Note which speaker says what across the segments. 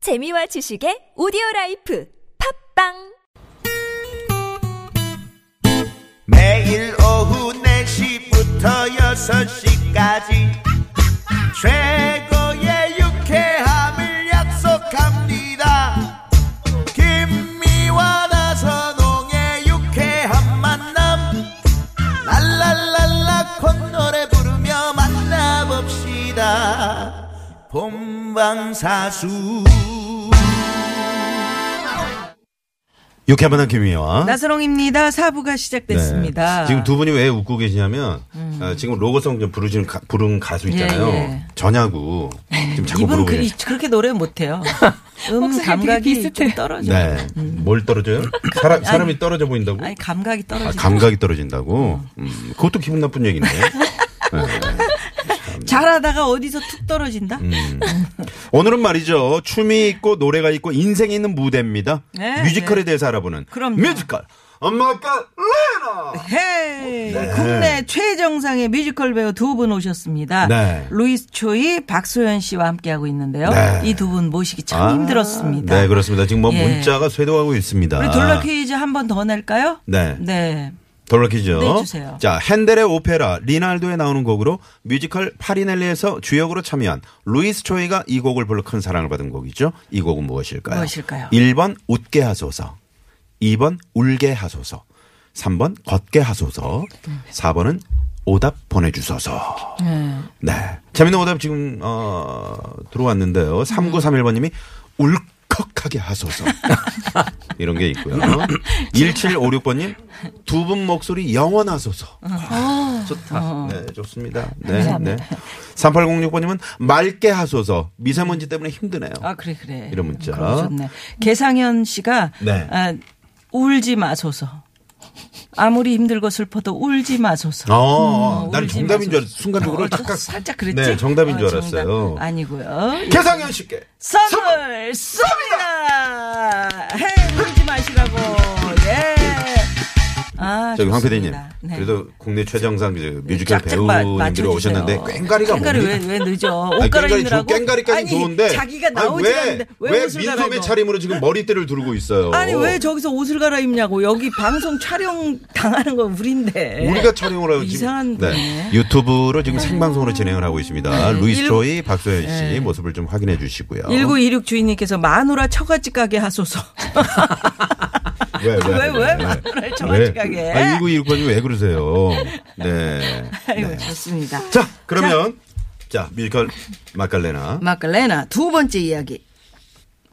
Speaker 1: 재미와 지식의 오디오 라이프 팝빵
Speaker 2: 매일 오후 4시부터 6시까지 최고의 유쾌함을 약속합니다 김미와 나선홍의 유쾌한 만남 랄랄랄라 콧노래 부르며 만나봅시다 본방사수
Speaker 3: 유쾌한 만남 김희와
Speaker 4: 나선홍입니다. 사부가 시작됐습니다.
Speaker 3: 네.
Speaker 4: 음.
Speaker 3: 지금 두 분이 왜 웃고 계시냐면 어, 지금 로고송 좀 부르시는 가, 부른 가수 있잖아요.
Speaker 4: 예, 예.
Speaker 3: 전야구 지금 자꾸
Speaker 4: 이분
Speaker 3: 부르고
Speaker 4: 그,
Speaker 3: 계시.
Speaker 4: 그렇게 노래 못해요. 음 감각이 좀 떨어져. 음.
Speaker 3: 네. 뭘 떨어져요? 사람 사람이 떨어져 보인다고?
Speaker 4: 아니 감각이 떨어지.
Speaker 3: 아, 감각이 떨어진다고. 음, 그것도 기분 나쁜 얘기네.
Speaker 4: 잘하다가 어디서 툭 떨어진다.
Speaker 3: 음. 오늘은 말이죠. 춤이 있고 노래가 있고 인생이 있는 무대입니다.
Speaker 4: 네,
Speaker 3: 뮤지컬에
Speaker 4: 네.
Speaker 3: 대해서 알아보는
Speaker 4: 그럼요.
Speaker 3: 뮤지컬 엄마가 레나.
Speaker 4: 헤이
Speaker 3: 네.
Speaker 4: 국내 최정상의 뮤지컬 배우 두 분 오셨습니다.
Speaker 3: 네.
Speaker 4: 루이스 초이, 박소연 씨와 함께하고 있는데요.
Speaker 3: 네. 아,
Speaker 4: 이 두 분 모시기 참 아, 힘들었습니다.
Speaker 3: 네, 그렇습니다. 지금 뭐
Speaker 4: 예.
Speaker 3: 문자가 쇄도하고 있습니다.
Speaker 4: 우리 돌라 퀴즈 한 번 더 낼까요?
Speaker 3: 네.
Speaker 4: 네.
Speaker 3: 돌려키죠.
Speaker 4: 네, 주세요.
Speaker 3: 자, 핸델의 오페라 리날도에 나오는 곡으로 뮤지컬 파리넬리에서 주역으로 참여한 루이스 초이가 이 곡을 불러 큰 사랑을 받은 곡이죠. 이 곡은 무엇일까요?
Speaker 4: 무엇일까요?
Speaker 3: 1번 웃게 하소서. 2번 울게 하소서. 3번 걷게 하소서. 4번은 오답 보내주소서. 네. 재밌는 오답 지금, 어, 들어왔는데요.
Speaker 4: 네.
Speaker 3: 3931번님이 울컥하게 하소서. 이런 게 있고요. 1756번님, 두 분 목소리 영원하소서.
Speaker 4: 아,
Speaker 3: 좋다. 네, 좋습니다. 네, 네. 3806번님은 맑게 하소서. 미세먼지 때문에 힘드네요.
Speaker 4: 아 그래 그래.
Speaker 3: 이런 문자.
Speaker 4: 그럼 좋네. 개상현 씨가
Speaker 3: 네.
Speaker 4: 아, 울지 마소서. 아무리 힘들고 슬퍼도 울지 마소서.
Speaker 3: 어,
Speaker 4: 음,
Speaker 3: 나는
Speaker 4: 울지
Speaker 3: 정답인 줄
Speaker 4: 마소서.
Speaker 3: 알았, 순간적으로
Speaker 4: 어,
Speaker 3: 딱
Speaker 4: 살짝 그랬지.
Speaker 3: 네, 정답인 줄
Speaker 4: 어, 정답.
Speaker 3: 알았어요.
Speaker 4: 아니고요. 예.
Speaker 3: 개상현 씨께.
Speaker 4: 선물 쏩니다. 헤 울지 마시라고. 예. 아,
Speaker 3: 저기 황 PD님.
Speaker 4: 좋습니다. 네.
Speaker 3: 그래도 국내 최정상 이제 뮤지컬
Speaker 4: 쫙쫙 마-
Speaker 3: 배우님들이
Speaker 4: 맞춰주세요.
Speaker 3: 오셨는데 꽹가리가
Speaker 4: 꽹가리
Speaker 3: 뭡니까?
Speaker 4: 왜, 왜 늦어?
Speaker 3: 아니,
Speaker 4: 옷 갈아입느라고.
Speaker 3: 꽹가리 좋- 꽹가리까지 좋은데
Speaker 4: 자기가
Speaker 3: 아니,
Speaker 4: 나오지
Speaker 3: 왜,
Speaker 4: 않는데 왜,
Speaker 3: 왜
Speaker 4: 옷을
Speaker 3: 민소매
Speaker 4: 갈아입어?
Speaker 3: 차림으로 지금 머리띠를 두르고 있어요.
Speaker 4: 아니 왜 저기서 옷을 갈아입냐고 여기 방송 촬영 당하는 건 우린데
Speaker 3: 네. 우리가 촬영을 하고 지금
Speaker 4: 이상한 분이네. 네,
Speaker 3: 유튜브로 지금 생방송으로 진행을 하고 있습니다. 루이스 조이, 박소연 씨 모습을 좀 확인해 주시고요.
Speaker 4: 1926 주인님께서 마누라 처갓집 가게 하소서
Speaker 3: 왜, 왜,
Speaker 4: 왜, 왜 말을 정확하게 해?
Speaker 3: 아, 1919번님 왜 그러세요? 네.
Speaker 4: 아이고
Speaker 3: 네.
Speaker 4: 좋습니다
Speaker 3: 자, 그러면 자, 뮤지컬 마칼레나
Speaker 4: 마클레나 두 번째 이야기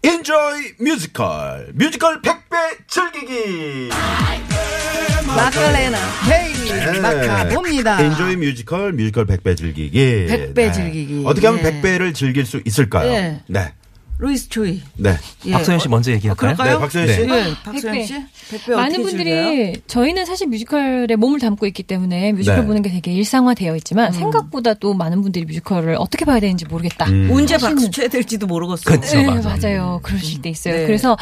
Speaker 3: 엔조이 뮤지컬. 뮤지컬 100배 즐기기.
Speaker 4: 마클레나
Speaker 3: 예. 네.
Speaker 4: 헤이 마카 봅니다
Speaker 3: 엔조이 뮤지컬, 뮤지컬 100배 즐기기. 네.
Speaker 4: 100배 즐기기.
Speaker 3: 어떻게 하면
Speaker 4: 예.
Speaker 3: 100배를 즐길 수 있을까요?
Speaker 4: 예.
Speaker 3: 네.
Speaker 4: 루이스 초이
Speaker 3: 네.
Speaker 4: 예.
Speaker 5: 박소연 씨 먼저 얘기할까요?
Speaker 4: 그럴까요?
Speaker 3: 네, 박소연 씨.
Speaker 4: 예, 박소연
Speaker 6: 백배.
Speaker 4: 씨 백배
Speaker 6: 많은
Speaker 4: 어떻게
Speaker 6: 분들이
Speaker 4: 즐겨요?
Speaker 6: 저희는 사실 뮤지컬에 몸을 담고 있기 때문에 뮤지컬
Speaker 3: 네.
Speaker 6: 보는 게 되게 일상화되어
Speaker 4: 음.
Speaker 6: 있지만 생각보다 또 많은 분들이 뮤지컬을 어떻게 봐야 되는지 모르겠다.
Speaker 4: 언제
Speaker 6: 하시는-
Speaker 4: 박수 쳐야 될지도 모르겠어요
Speaker 5: 음. 그치.
Speaker 6: 네,
Speaker 5: 맞아.
Speaker 6: 맞아요. 그러실 때 있어요.
Speaker 4: 네.
Speaker 6: 그래서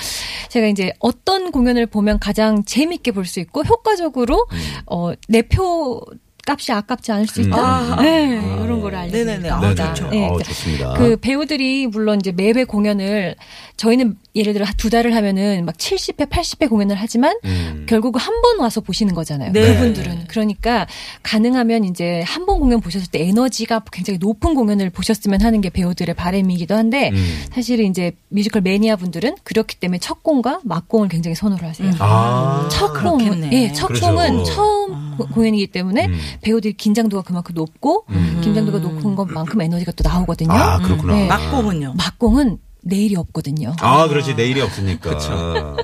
Speaker 6: 제가 이제 어떤 공연을 보면 가장 재밌게 볼 수 있고 효과적으로 어, 내표 값이 아깝지 않을 수 있다.
Speaker 4: 음.
Speaker 6: 네, 이런 걸 알려드립니다.
Speaker 4: 네네네. 아,
Speaker 3: 네네.
Speaker 4: 좋죠.
Speaker 6: 네,
Speaker 3: 어,
Speaker 6: 그러니까
Speaker 3: 좋습니다.
Speaker 6: 그 배우들이 물론 이제 매회 공연을 저희는 예를 들어 두 달을 하면은 막 70회, 80회 공연을 하지만
Speaker 3: 음.
Speaker 4: 그
Speaker 6: 결국 은 한 번 와서 보시는 거잖아요.
Speaker 4: 네.
Speaker 6: 그분들은 그러니까 가능하면 이제 한 번 공연 보셨을 때 에너지가 굉장히 높은 공연을 보셨으면 하는 게 배우들의 바람이기도 한데
Speaker 3: 음.
Speaker 6: 사실 이제 뮤지컬 매니아 분들은 그렇기 때문에 첫 공과 막공을 굉장히 선호를 하세요.
Speaker 3: 아.
Speaker 6: 첫 공,
Speaker 4: 음. 그렇겠네. 아.
Speaker 6: 예, 첫
Speaker 3: 그렇죠.
Speaker 6: 공은 처음 고- 공연이기 때문에
Speaker 3: 음.
Speaker 6: 배우들이 긴장도가 그만큼 높고 긴장도가
Speaker 4: 음.
Speaker 6: 높은 것만큼 에너지가 또 나오거든요.
Speaker 3: 아, 그렇구나.
Speaker 6: 네.
Speaker 4: 막공은요
Speaker 6: 막공은 내일이 없거든요.
Speaker 3: 아, 그렇지. 내일이 없으니까. 그렇죠.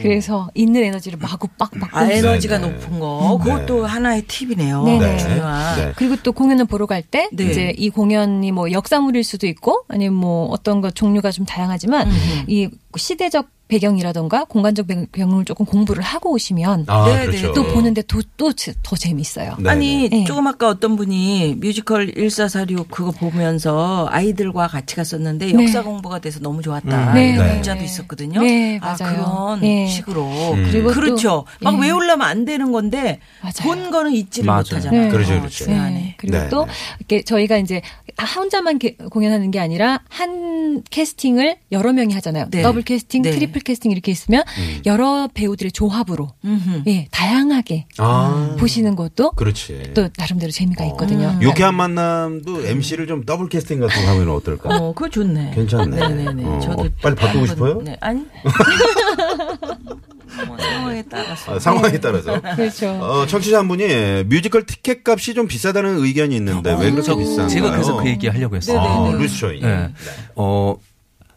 Speaker 6: 그래서 있는 에너지를 마구 빡빡
Speaker 4: 아, 에너지가
Speaker 3: 네네.
Speaker 4: 높은 거 그것도 하나의 팁이네요
Speaker 6: 네네.
Speaker 4: 중요한
Speaker 3: 네.
Speaker 6: 그리고 또 공연을 보러 갈 때
Speaker 4: 네.
Speaker 6: 이제 이 공연이
Speaker 4: 음.
Speaker 6: 뭐 역사물일 수도 있고 아니면 뭐 어떤 것 종류가 좀 다양하지만 이 시대적 배경이라던가 공간적 배- 배경을 조금 공부를 하고 오시면
Speaker 3: 아,
Speaker 4: 네, 네.
Speaker 3: 그렇죠.
Speaker 6: 또 보는데 또더 재미있어요.
Speaker 3: 네,
Speaker 4: 아니
Speaker 6: 네.
Speaker 4: 조금 아까 어떤 분이 뮤지컬 1446 그거 보면서 아이들과 같이 갔었는데
Speaker 6: 네.
Speaker 4: 역사 공부가 돼서 너무 좋았다.
Speaker 6: 음. 네.
Speaker 4: 이런
Speaker 3: 네.
Speaker 4: 문자도 있었거든요.
Speaker 6: 네,
Speaker 4: 아
Speaker 6: 맞아요.
Speaker 4: 그런
Speaker 6: 네.
Speaker 4: 식으로
Speaker 3: 음.
Speaker 6: 그리고 또-
Speaker 4: 그렇죠. 막
Speaker 6: 예.
Speaker 4: 외우려면 안 되는 건데
Speaker 6: 맞아요.
Speaker 4: 본 거는 잊지를
Speaker 5: 맞아요.
Speaker 4: 못하잖아요.
Speaker 6: 네.
Speaker 3: 그렇죠,
Speaker 4: 어,
Speaker 3: 그렇죠.
Speaker 4: 중요하네.
Speaker 6: 그리고
Speaker 3: 네,
Speaker 6: 또
Speaker 3: 네.
Speaker 6: 이렇게 저희가 이제 아, 혼자만 게- 공연하는 게 아니라 한 캐스팅을 여러 명이 하잖아요.
Speaker 4: 네.
Speaker 6: 더블 캐스팅,
Speaker 4: 네.
Speaker 6: 트리플 캐스팅 이렇게 있으면
Speaker 5: 음.
Speaker 6: 여러 배우들의 조합으로
Speaker 4: 음흠.
Speaker 6: 예, 다양하게
Speaker 3: 아,
Speaker 6: 보시는 것도
Speaker 3: 그렇지.
Speaker 6: 또 나름대로
Speaker 5: 어.
Speaker 6: 재미가 있거든요.
Speaker 5: 음.
Speaker 6: 네.
Speaker 3: 유쾌한 만남도 MC를 좀 더블 캐스팅 같은 거 하면 어떨까?
Speaker 4: 어, 그거 좋네.
Speaker 3: 괜찮네.
Speaker 4: 네네네.
Speaker 3: 어,
Speaker 4: 저도
Speaker 3: 빨리 바꾸고
Speaker 4: 한번-
Speaker 3: 싶어요?
Speaker 4: 네. 아니. 뭐 상황에 따라서.
Speaker 3: 아, 상황에 따라서.
Speaker 5: 네.
Speaker 6: 그렇죠.
Speaker 3: 어, 청취자 한 분이 뮤지컬 티켓 값이 좀 비싸다는 의견이 있는데 아, 왜 그렇게 비싼가요?
Speaker 5: 어, 제가 그래서 그 얘기 하려고 했어요.
Speaker 3: 아, 루스초이.
Speaker 5: 네. 어,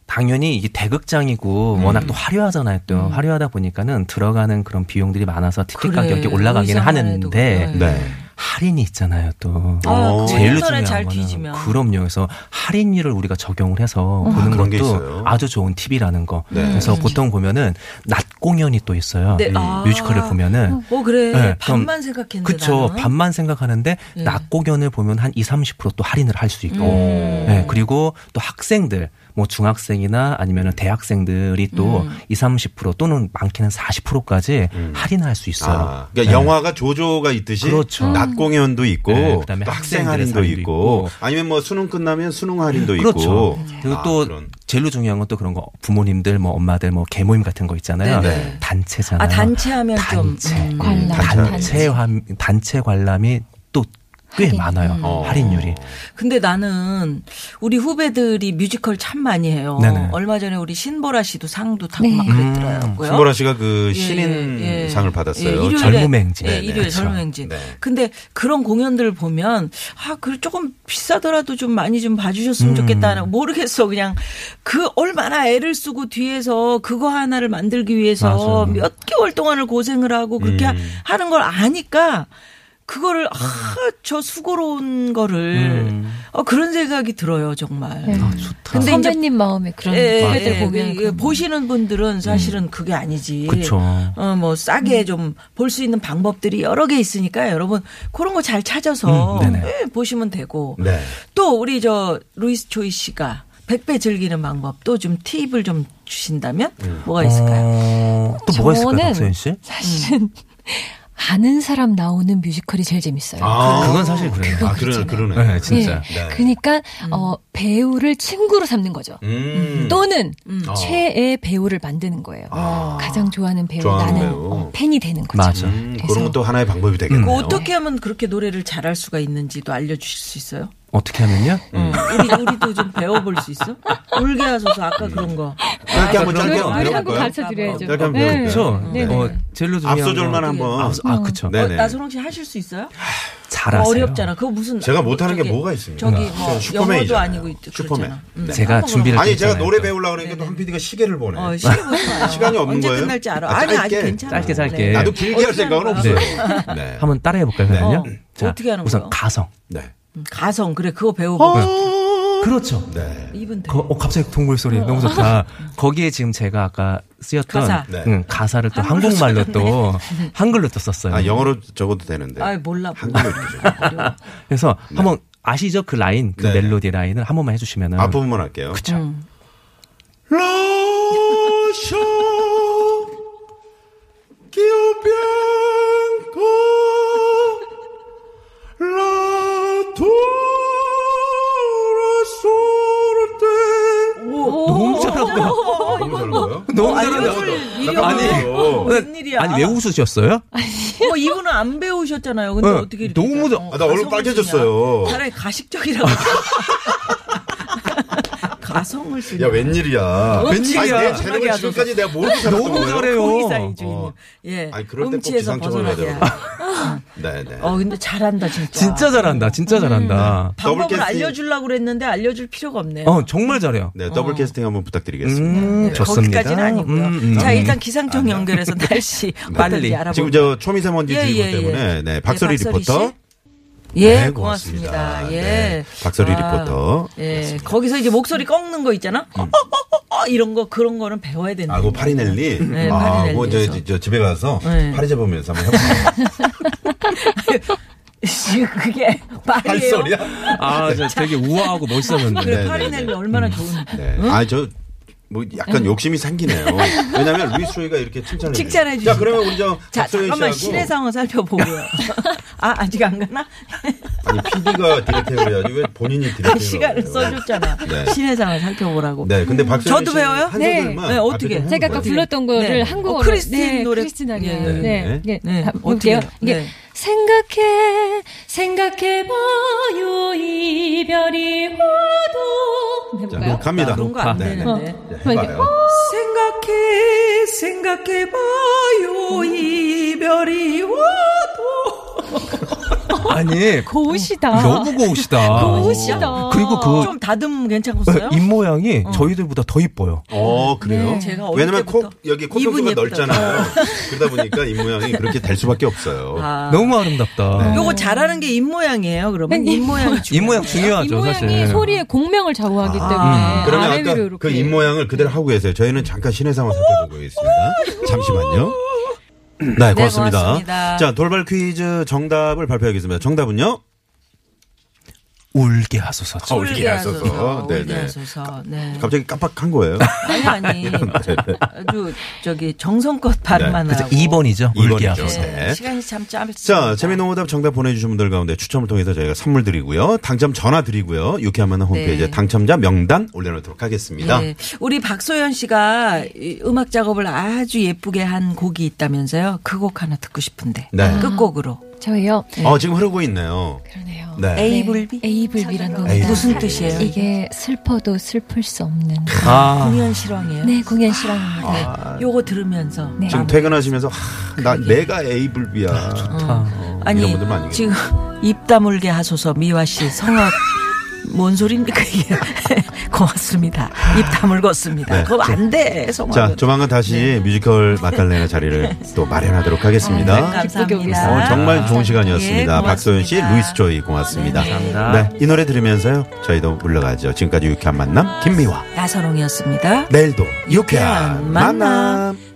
Speaker 5: 당연히 이게 대극장이고
Speaker 3: 음.
Speaker 5: 워낙 또 화려하잖아요. 또 화려하다 보니까는 들어가는 그런 비용들이 많아서 티켓
Speaker 4: 그래,
Speaker 5: 가격이 올라가기는
Speaker 4: 의상 안에도
Speaker 5: 하는데
Speaker 4: 그래.
Speaker 3: 네.
Speaker 5: 할인이 있잖아요. 또
Speaker 3: 아,
Speaker 5: 어, 제일
Speaker 4: 해설에
Speaker 5: 중요한
Speaker 4: 그 잘
Speaker 5: 거는
Speaker 4: 뒤지면.
Speaker 5: 그럼요. 그래서 할인율을 우리가 적용을 해서 보는
Speaker 3: 그런 게 있어요?
Speaker 5: 것도 아주 좋은 팁이라는 거.
Speaker 3: 네.
Speaker 5: 그래서 보통 보면은 낮 공연이 또 있어요.
Speaker 4: 네.
Speaker 5: 이
Speaker 4: 아.
Speaker 5: 뮤지컬을 보면은
Speaker 4: 어 그래.
Speaker 5: 네, 그럼-
Speaker 4: 반만 생각했는데.
Speaker 5: 그쵸.
Speaker 4: 나는. 네.
Speaker 5: 반만 생각하는데 낮 공연을 보면 한 20, 30%또 할인을 할 수 있고.
Speaker 4: 음.
Speaker 5: 네, 그리고 또 학생들 뭐 중학생이나 아니면 대학생들이 또
Speaker 4: 음.
Speaker 5: 20, 30% 또는 많게는 40%까지 할인할 수 있어요.
Speaker 3: 음. 아, 그러니까 영화가 조조가 있듯이
Speaker 5: 네. 그렇죠.
Speaker 3: 낮 공연도 있고
Speaker 5: 네, 그다음에
Speaker 3: 또 학생
Speaker 5: 학생들의
Speaker 3: 할인도
Speaker 5: 할인도
Speaker 3: 있고
Speaker 5: 있고.
Speaker 3: 아니면 뭐 수능 끝나면 수능 할인도
Speaker 5: 그렇죠.
Speaker 4: 음.
Speaker 3: 있고
Speaker 5: 그리고
Speaker 3: 아,
Speaker 5: 또
Speaker 3: 그런.
Speaker 5: 제일 중요한 건 또 그런 거 부모님들 뭐 엄마들 뭐 개모임 같은 거 있잖아요.
Speaker 4: 네네.
Speaker 5: 단체잖아요.
Speaker 4: 아 단체하면 좀
Speaker 5: 단체. 아.
Speaker 4: 음.
Speaker 6: 관람,
Speaker 3: 단체.
Speaker 5: 단체 환- 단체 관람이 또 꽤
Speaker 6: 할인.
Speaker 5: 많아요.
Speaker 4: 음.
Speaker 3: 어.
Speaker 5: 할인율이.
Speaker 4: 근데 나는 우리 후배들이 뮤지컬 참 많이 해요.
Speaker 5: 네네.
Speaker 4: 얼마 전에 우리 신보라 씨도 상도 타고
Speaker 6: 네.
Speaker 4: 막 그랬더라고요.
Speaker 3: 신보라 씨가 그
Speaker 4: 예,
Speaker 3: 신인
Speaker 4: 예.
Speaker 3: 상을
Speaker 4: 예,
Speaker 3: 받았어요.
Speaker 4: 일요일에-
Speaker 5: 젊음의 행진.
Speaker 4: 예,
Speaker 5: 네네.
Speaker 4: 일요일
Speaker 5: 그쵸.
Speaker 4: 젊은 행진.
Speaker 3: 네.
Speaker 4: 근데 그런 공연들 보면 아, 그 조금 비싸더라도 좀 많이 좀
Speaker 5: 음.
Speaker 4: 봐주셨으면 좋겠다는 모르겠어. 그냥 그 얼마나 애를 쓰고 뒤에서 그거 하나를 만들기 위해서
Speaker 5: 맞아요. 음.
Speaker 4: 몇 개월 동안을 고생을 하고 그렇게 하는 걸 아니까. 그거를 아저 수고로운 거를
Speaker 5: 음.
Speaker 4: 어, 그런 생각이 들어요 정말.
Speaker 6: 네.
Speaker 5: 좋다. 예,
Speaker 4: 근데 이제-
Speaker 6: 선배님 마음에 그런 후배들 보면
Speaker 3: 네,
Speaker 4: 그
Speaker 6: 그런
Speaker 4: 보시는
Speaker 3: 음.
Speaker 4: 분들은 사실은 그게 아니지.
Speaker 5: 그쵸.
Speaker 4: 어, 뭐 싸게 좀 볼 수 있는 방법들이 여러 개 있으니까 여러분 그런 거 잘 찾아서
Speaker 5: 음, 네네.
Speaker 4: 예, 보시면 되고.
Speaker 3: 네.
Speaker 4: 또 우리 저 루이스 조이 씨가 백배 즐기는 방법도 좀 팁을 좀 주신다면
Speaker 3: 음.
Speaker 4: 뭐가 있을까요?
Speaker 5: 어, 또 뭐가 있을까요,
Speaker 6: 저는
Speaker 5: 박소연 씨?
Speaker 6: 사실은 아는 사람 나오는 뮤지컬이 제일 재밌어요.
Speaker 3: 아,
Speaker 5: 그건 사실 그래요.
Speaker 3: 아, 그러네, 그러네.
Speaker 5: 네, 음. 진짜.
Speaker 6: 예.
Speaker 3: 네.
Speaker 6: 그러니까 어, 배우를 친구로 삼는 거죠.
Speaker 3: 음.
Speaker 6: 또는
Speaker 4: 아.
Speaker 3: 어.
Speaker 6: 최애 배우를 만드는 거예요.
Speaker 3: 아.
Speaker 6: 가장 좋아하는 배우
Speaker 3: 좋아하는
Speaker 6: 나는
Speaker 3: 배우.
Speaker 6: 어, 팬이 되는 거죠.
Speaker 5: 맞아.
Speaker 3: 음,
Speaker 6: 그래서-
Speaker 3: 그런 것도 하나의 방법이
Speaker 4: 그
Speaker 3: 되겠네요.
Speaker 4: 어떻게 하면 그렇게 노래를 잘할 수가 있는지도 알려주실 수 있어요?
Speaker 5: 어떻게 하면요?
Speaker 3: 음. 네.
Speaker 4: 어, 우리 우리도 좀 배워볼 수 있어? 울게 하소서 아까 그런 거.
Speaker 3: 음. 짧게 한번 짧게
Speaker 5: 그래요?
Speaker 3: 한번
Speaker 5: 아니,
Speaker 3: 배워볼까요?
Speaker 6: 한국 가르쳐 드려야죠.
Speaker 3: 짧게 한번
Speaker 6: 네.
Speaker 3: 배워볼까요?
Speaker 5: 그렇죠.
Speaker 3: 네.
Speaker 5: 어, 제일로 중요한
Speaker 3: 앞서절만
Speaker 5: 거.
Speaker 3: 한번.
Speaker 5: 아, 아, 그쵸.
Speaker 3: 네. 네네.
Speaker 4: 어, 나선홍 씨 하실 수 있어요?
Speaker 5: 잘하세요.
Speaker 4: 어렵잖아. 그거 무슨
Speaker 3: 제가 못하는 게 뭐가 있습니까?
Speaker 4: 저기 뭐
Speaker 3: 저는 슈퍼맨이잖아요.
Speaker 4: 영어도 아니고 있-
Speaker 3: 슈퍼맨.
Speaker 4: 그렇잖아. 음,
Speaker 3: 네.
Speaker 5: 제가 준비를
Speaker 3: 아니 제가
Speaker 5: 했잖아요,
Speaker 3: 노래
Speaker 5: 또.
Speaker 3: 배우려고 그러니까 또한 PD가 시계를 보네. 아,
Speaker 4: 어, 시간이
Speaker 3: 시간이 없는
Speaker 4: 언제
Speaker 3: 거예요?
Speaker 4: 끝날지 알아.
Speaker 3: 아,
Speaker 4: 아니 아직
Speaker 3: 짧게.
Speaker 4: 괜찮아. 네.
Speaker 5: 짧게, 짧게.
Speaker 3: 나도 길게 할 생각은
Speaker 4: 어떻게
Speaker 3: 없어요.
Speaker 4: 하는
Speaker 3: 네.
Speaker 5: 한번 따라해 볼까요, 그러면요?
Speaker 4: 어, 어떻게 하는
Speaker 5: 우선
Speaker 4: 거예요?
Speaker 5: 가성.
Speaker 3: 네.
Speaker 4: 음, 가성 그래 그거
Speaker 3: 어?
Speaker 4: 배워보고
Speaker 5: 그렇죠.
Speaker 3: 네.
Speaker 4: 이분들.
Speaker 5: 거- 어, 갑자기 동굴 소리 너무 좋다. 거기에 지금 제가 아까 쓰였던
Speaker 4: 아. 가사.
Speaker 3: 네.
Speaker 5: 응, 가사를 또
Speaker 4: 한글로 네.
Speaker 5: 한국말로 또 한글로 또 썼어요.
Speaker 3: 아 영어로 적어도 되는데.
Speaker 4: 아 몰라.
Speaker 3: 한글로 이렇게 적어.
Speaker 4: 어려워.
Speaker 5: 그래서 한번 아시죠 그 라인, 그
Speaker 3: 네. 아, 뭐,
Speaker 5: 멜로디 라인을 한 번만 해주시면은
Speaker 4: 어,
Speaker 3: 앞부분만 할게요.
Speaker 5: 음. 그쵸.
Speaker 2: 러시아 기후변화 라돌아쏠
Speaker 5: 너무 잘한다.
Speaker 3: 너무 잘한 거예요?
Speaker 5: 너무
Speaker 4: 아니,
Speaker 5: 잘한다.
Speaker 4: 요즘 미련
Speaker 5: 아니,
Speaker 3: 어.
Speaker 4: 웬일이야.
Speaker 5: 네. 아니 왜 웃으셨어요?
Speaker 4: 어, 이분은 안 배우셨잖아요. 근데
Speaker 5: 응,
Speaker 4: 어떻게 이렇게
Speaker 5: 네. 너무
Speaker 4: 잘-
Speaker 5: 저-
Speaker 3: 아, 나 얼굴
Speaker 4: 가성을
Speaker 3: 빨개졌어요.
Speaker 4: 쓰냐. 차라리 가식적이라고. 가성을 쓰냐.
Speaker 3: 야 웬일이야?
Speaker 4: 웬일이야?
Speaker 3: 아니, 내 재능을
Speaker 4: 하게
Speaker 3: 지금까지 내가
Speaker 4: 아,
Speaker 3: 모르고 살았던
Speaker 5: 너무
Speaker 3: 거예요.
Speaker 5: 잘해요.
Speaker 4: 고의사이 어, 주인님.
Speaker 3: 어.
Speaker 4: 예.
Speaker 3: 아니, 그럴 때꼭
Speaker 4: 음치에서
Speaker 3: 지상적으로 해야 돼요.
Speaker 4: 벗어나게. 하라.
Speaker 3: 네네.
Speaker 4: 어 근데 잘한다 진짜.
Speaker 5: 진짜 잘한다.
Speaker 4: 음.
Speaker 5: 진짜 잘한다.
Speaker 4: 방법을
Speaker 3: 더블 캐스팅.
Speaker 4: 알려주려고 그랬는데 알려줄 필요가 없네요. 네,
Speaker 5: 어 정말 잘해요.
Speaker 3: 네
Speaker 4: 어.
Speaker 3: 더블 캐스팅 한번 부탁드리겠습니다. 네.
Speaker 5: 음, 좋습니다.
Speaker 4: 거기까지는 아니고요.
Speaker 5: 음, 음,
Speaker 4: 자
Speaker 5: 음.
Speaker 4: 일단
Speaker 3: 아,
Speaker 4: 기상청 연결해서 날씨 빨리
Speaker 5: 빨리.
Speaker 4: 알아보고.
Speaker 3: 네. 지금 저 초미세먼지
Speaker 4: 예,
Speaker 3: 주의보
Speaker 4: 예, 예.
Speaker 3: 때문에 네 박설희
Speaker 4: 예, 박설희
Speaker 3: 리포터.
Speaker 4: 씨? 예
Speaker 3: 네, 고맙습니다.
Speaker 4: 고맙습니다. 예 아,
Speaker 3: 네, 박설희 리포터. 음.
Speaker 4: 예 거기서 이제 목소리 꺾는 거 있잖아. 어, 어, 어, 어, 이런 거 그런 거는 배워야 된다.
Speaker 3: 아, 그 파리넬리?
Speaker 4: 네,
Speaker 3: 아,
Speaker 4: 파리넬리에서.
Speaker 3: 그거 저, 저, 저 집에 가서
Speaker 4: 네.
Speaker 3: 파리 잡으면서 한번 해봐요.
Speaker 4: 씨, 그게
Speaker 3: 할
Speaker 4: 말이에요.
Speaker 3: 소리야?
Speaker 5: 아, 저 되게 우아하고 멋있었는데.
Speaker 4: 그래
Speaker 3: 네,
Speaker 4: 파리넬리
Speaker 3: 네, 네.
Speaker 4: 얼마나 좋은.
Speaker 3: 네. 아, 저, 뭐, 약간 욕심이 생기네요. 왜냐면, 루이스 조이가 이렇게 칭찬을.
Speaker 4: 칭찬해
Speaker 3: 해주세요. 자,
Speaker 4: 주시죠.
Speaker 3: 그러면 우리 저,
Speaker 4: 자
Speaker 3: 박소연
Speaker 4: 잠깐만
Speaker 3: 씨하고
Speaker 4: 신의 상황 살펴보고요. 아 아직 안 가나?
Speaker 3: 아니, PD가 디렉팅을 해야지. 왜 본인이 디렉팅을.
Speaker 4: 아, 시간을
Speaker 3: 하냐고요.
Speaker 4: 써줬잖아.
Speaker 3: 네.
Speaker 4: 신의 상황 살펴보라고.
Speaker 3: 네, 근데 박소연
Speaker 4: 저도
Speaker 3: 씨는
Speaker 4: 배워요?
Speaker 3: 한
Speaker 6: 네.
Speaker 3: 소절만
Speaker 4: 네,
Speaker 3: 앞에
Speaker 4: 어떻게?
Speaker 3: 좀 해보세요.
Speaker 6: 제가 아까 불렀던 거를
Speaker 4: 네.
Speaker 6: 한국어로
Speaker 4: 어, 크리스틴
Speaker 6: 네,
Speaker 4: 노래.
Speaker 6: 크리스틴 아리아.
Speaker 4: 네.
Speaker 6: 네.
Speaker 3: 네.
Speaker 6: 이게
Speaker 4: 네,
Speaker 6: 다
Speaker 4: 어떻게
Speaker 6: 볼게요.
Speaker 4: 해요?
Speaker 6: 이게
Speaker 4: 네.
Speaker 6: 생각해 생각해 봐요 이별이 와도
Speaker 3: 자,
Speaker 6: 해볼까요?
Speaker 3: 그럼 갑니다.
Speaker 4: 아, 그런 거 안
Speaker 3: 네, 네.
Speaker 4: 되는데.
Speaker 3: 네, 해봐요.
Speaker 4: 어. 생각해 생각해봐요 이별이 와도
Speaker 5: 아니,
Speaker 6: 고우시다.
Speaker 3: 어,
Speaker 5: 너무 고우시다.
Speaker 6: 고우시다.
Speaker 5: 그리고 그
Speaker 4: 어. 좀 다듬 괜찮겠어요?
Speaker 5: 입 모양이 저희들보다 더 이뻐요.
Speaker 3: 어, 그래요?
Speaker 4: 네, 제가 어릴
Speaker 3: 왜냐면
Speaker 4: 때부터
Speaker 3: 코, 여기
Speaker 4: 입은
Speaker 3: 콧등수가
Speaker 4: 예쁘다.
Speaker 3: 넓잖아요. 그러다 보니까 입 모양이 그렇게 될 수밖에 없어요.
Speaker 4: 아. 네.
Speaker 5: 너무 아름답다.
Speaker 4: 요거 잘하는 게 입 모양이에요. 그러면 입 모양이
Speaker 5: 입
Speaker 4: 중요해요.
Speaker 5: 모양 중요하죠,
Speaker 6: 입 모양이
Speaker 5: 사실.
Speaker 6: 소리의 공명을 좌우하기 때문에
Speaker 3: 아. 그러면
Speaker 6: 아래 위로
Speaker 3: 아까
Speaker 6: 이렇게.
Speaker 3: 그 입 모양을 그대로 하고 계세요. 저희는 잠깐 신의 상황 살펴보고 있습니다. 잠시만요. 네, 고맙습니다.
Speaker 4: 고맙습니다.
Speaker 3: 자, 돌발 퀴즈 정답을 발표하겠습니다. 정답은요?
Speaker 5: 울게
Speaker 4: 아,
Speaker 5: 하소서.
Speaker 3: 아, 울게 하소서. 네,
Speaker 4: 울게
Speaker 3: 네.
Speaker 4: 하소서. 네.
Speaker 3: 갑자기 깜빡한 거예요. 네,
Speaker 4: 아니 아니. 아주 저기 정성껏 발음만
Speaker 5: 그래서
Speaker 4: 하고.
Speaker 5: 2번이죠. 울게
Speaker 3: 이번이죠.
Speaker 5: 하소서.
Speaker 3: 네.
Speaker 4: 시간이 참 짧습니다.
Speaker 3: 자, 재미있는 오답 정답 보내주신 분들 가운데 추첨을 통해서 저희가 선물 드리고요. 당첨 전화 드리고요. 유쾌한 만남 홈페이지에
Speaker 4: 네.
Speaker 3: 당첨자 명단 올려놓도록 하겠습니다.
Speaker 4: 네. 우리 박소연 씨가 이 음악 작업을 아주 예쁘게 한 곡이 있다면서요? 그 곡 하나 듣고 싶은데.
Speaker 3: 네.
Speaker 4: 끝곡으로.
Speaker 6: 저요.
Speaker 3: 어, 지금 흐르고 있네요.
Speaker 6: 그러네요.
Speaker 3: 네.
Speaker 4: 네. 에이블비?
Speaker 6: 에이블비란
Speaker 3: 에이,
Speaker 6: 겁니다.
Speaker 4: 무슨 뜻이에요?
Speaker 6: 이게 슬퍼도 슬플 수 없는
Speaker 5: 아.
Speaker 4: 공연 실황이에요.
Speaker 6: 네 공연 실황입니다.
Speaker 4: 요거 들으면서.
Speaker 6: 네.
Speaker 3: 아. 지금 퇴근하시면서, 하, 나, 내가 에이블비야. 어,
Speaker 4: 음.
Speaker 3: 이런 분들 많이 계세요.
Speaker 4: 아, 지금 입 다물게 하소서 미화 씨 성악 뭔 소리입니까 이게 고맙습니다 입 다물었습니다
Speaker 3: 네.
Speaker 4: 그거 안돼 네. 성악
Speaker 3: 자, 조만간 다시 뮤지컬 마달레나 자리를 또 마련하도록
Speaker 6: 네,
Speaker 3: 하겠습니다.
Speaker 6: 기쁘게
Speaker 4: 아, 감사합니다
Speaker 6: 오겠습니다.
Speaker 3: 오늘 정말 좋은
Speaker 4: 예,
Speaker 3: 시간이었습니다.
Speaker 4: 고맙습니다.
Speaker 3: 박소연 씨, 루이스 조이 고맙습니다.
Speaker 4: 네, 네.
Speaker 3: 네, 이 노래 들으면서요. 저희도 물러가죠. 지금까지 유쾌한 만남 김미화.
Speaker 4: 나선홍이었습니다
Speaker 3: 내일도 유쾌한
Speaker 4: 유쾌한 만남.
Speaker 3: 만남.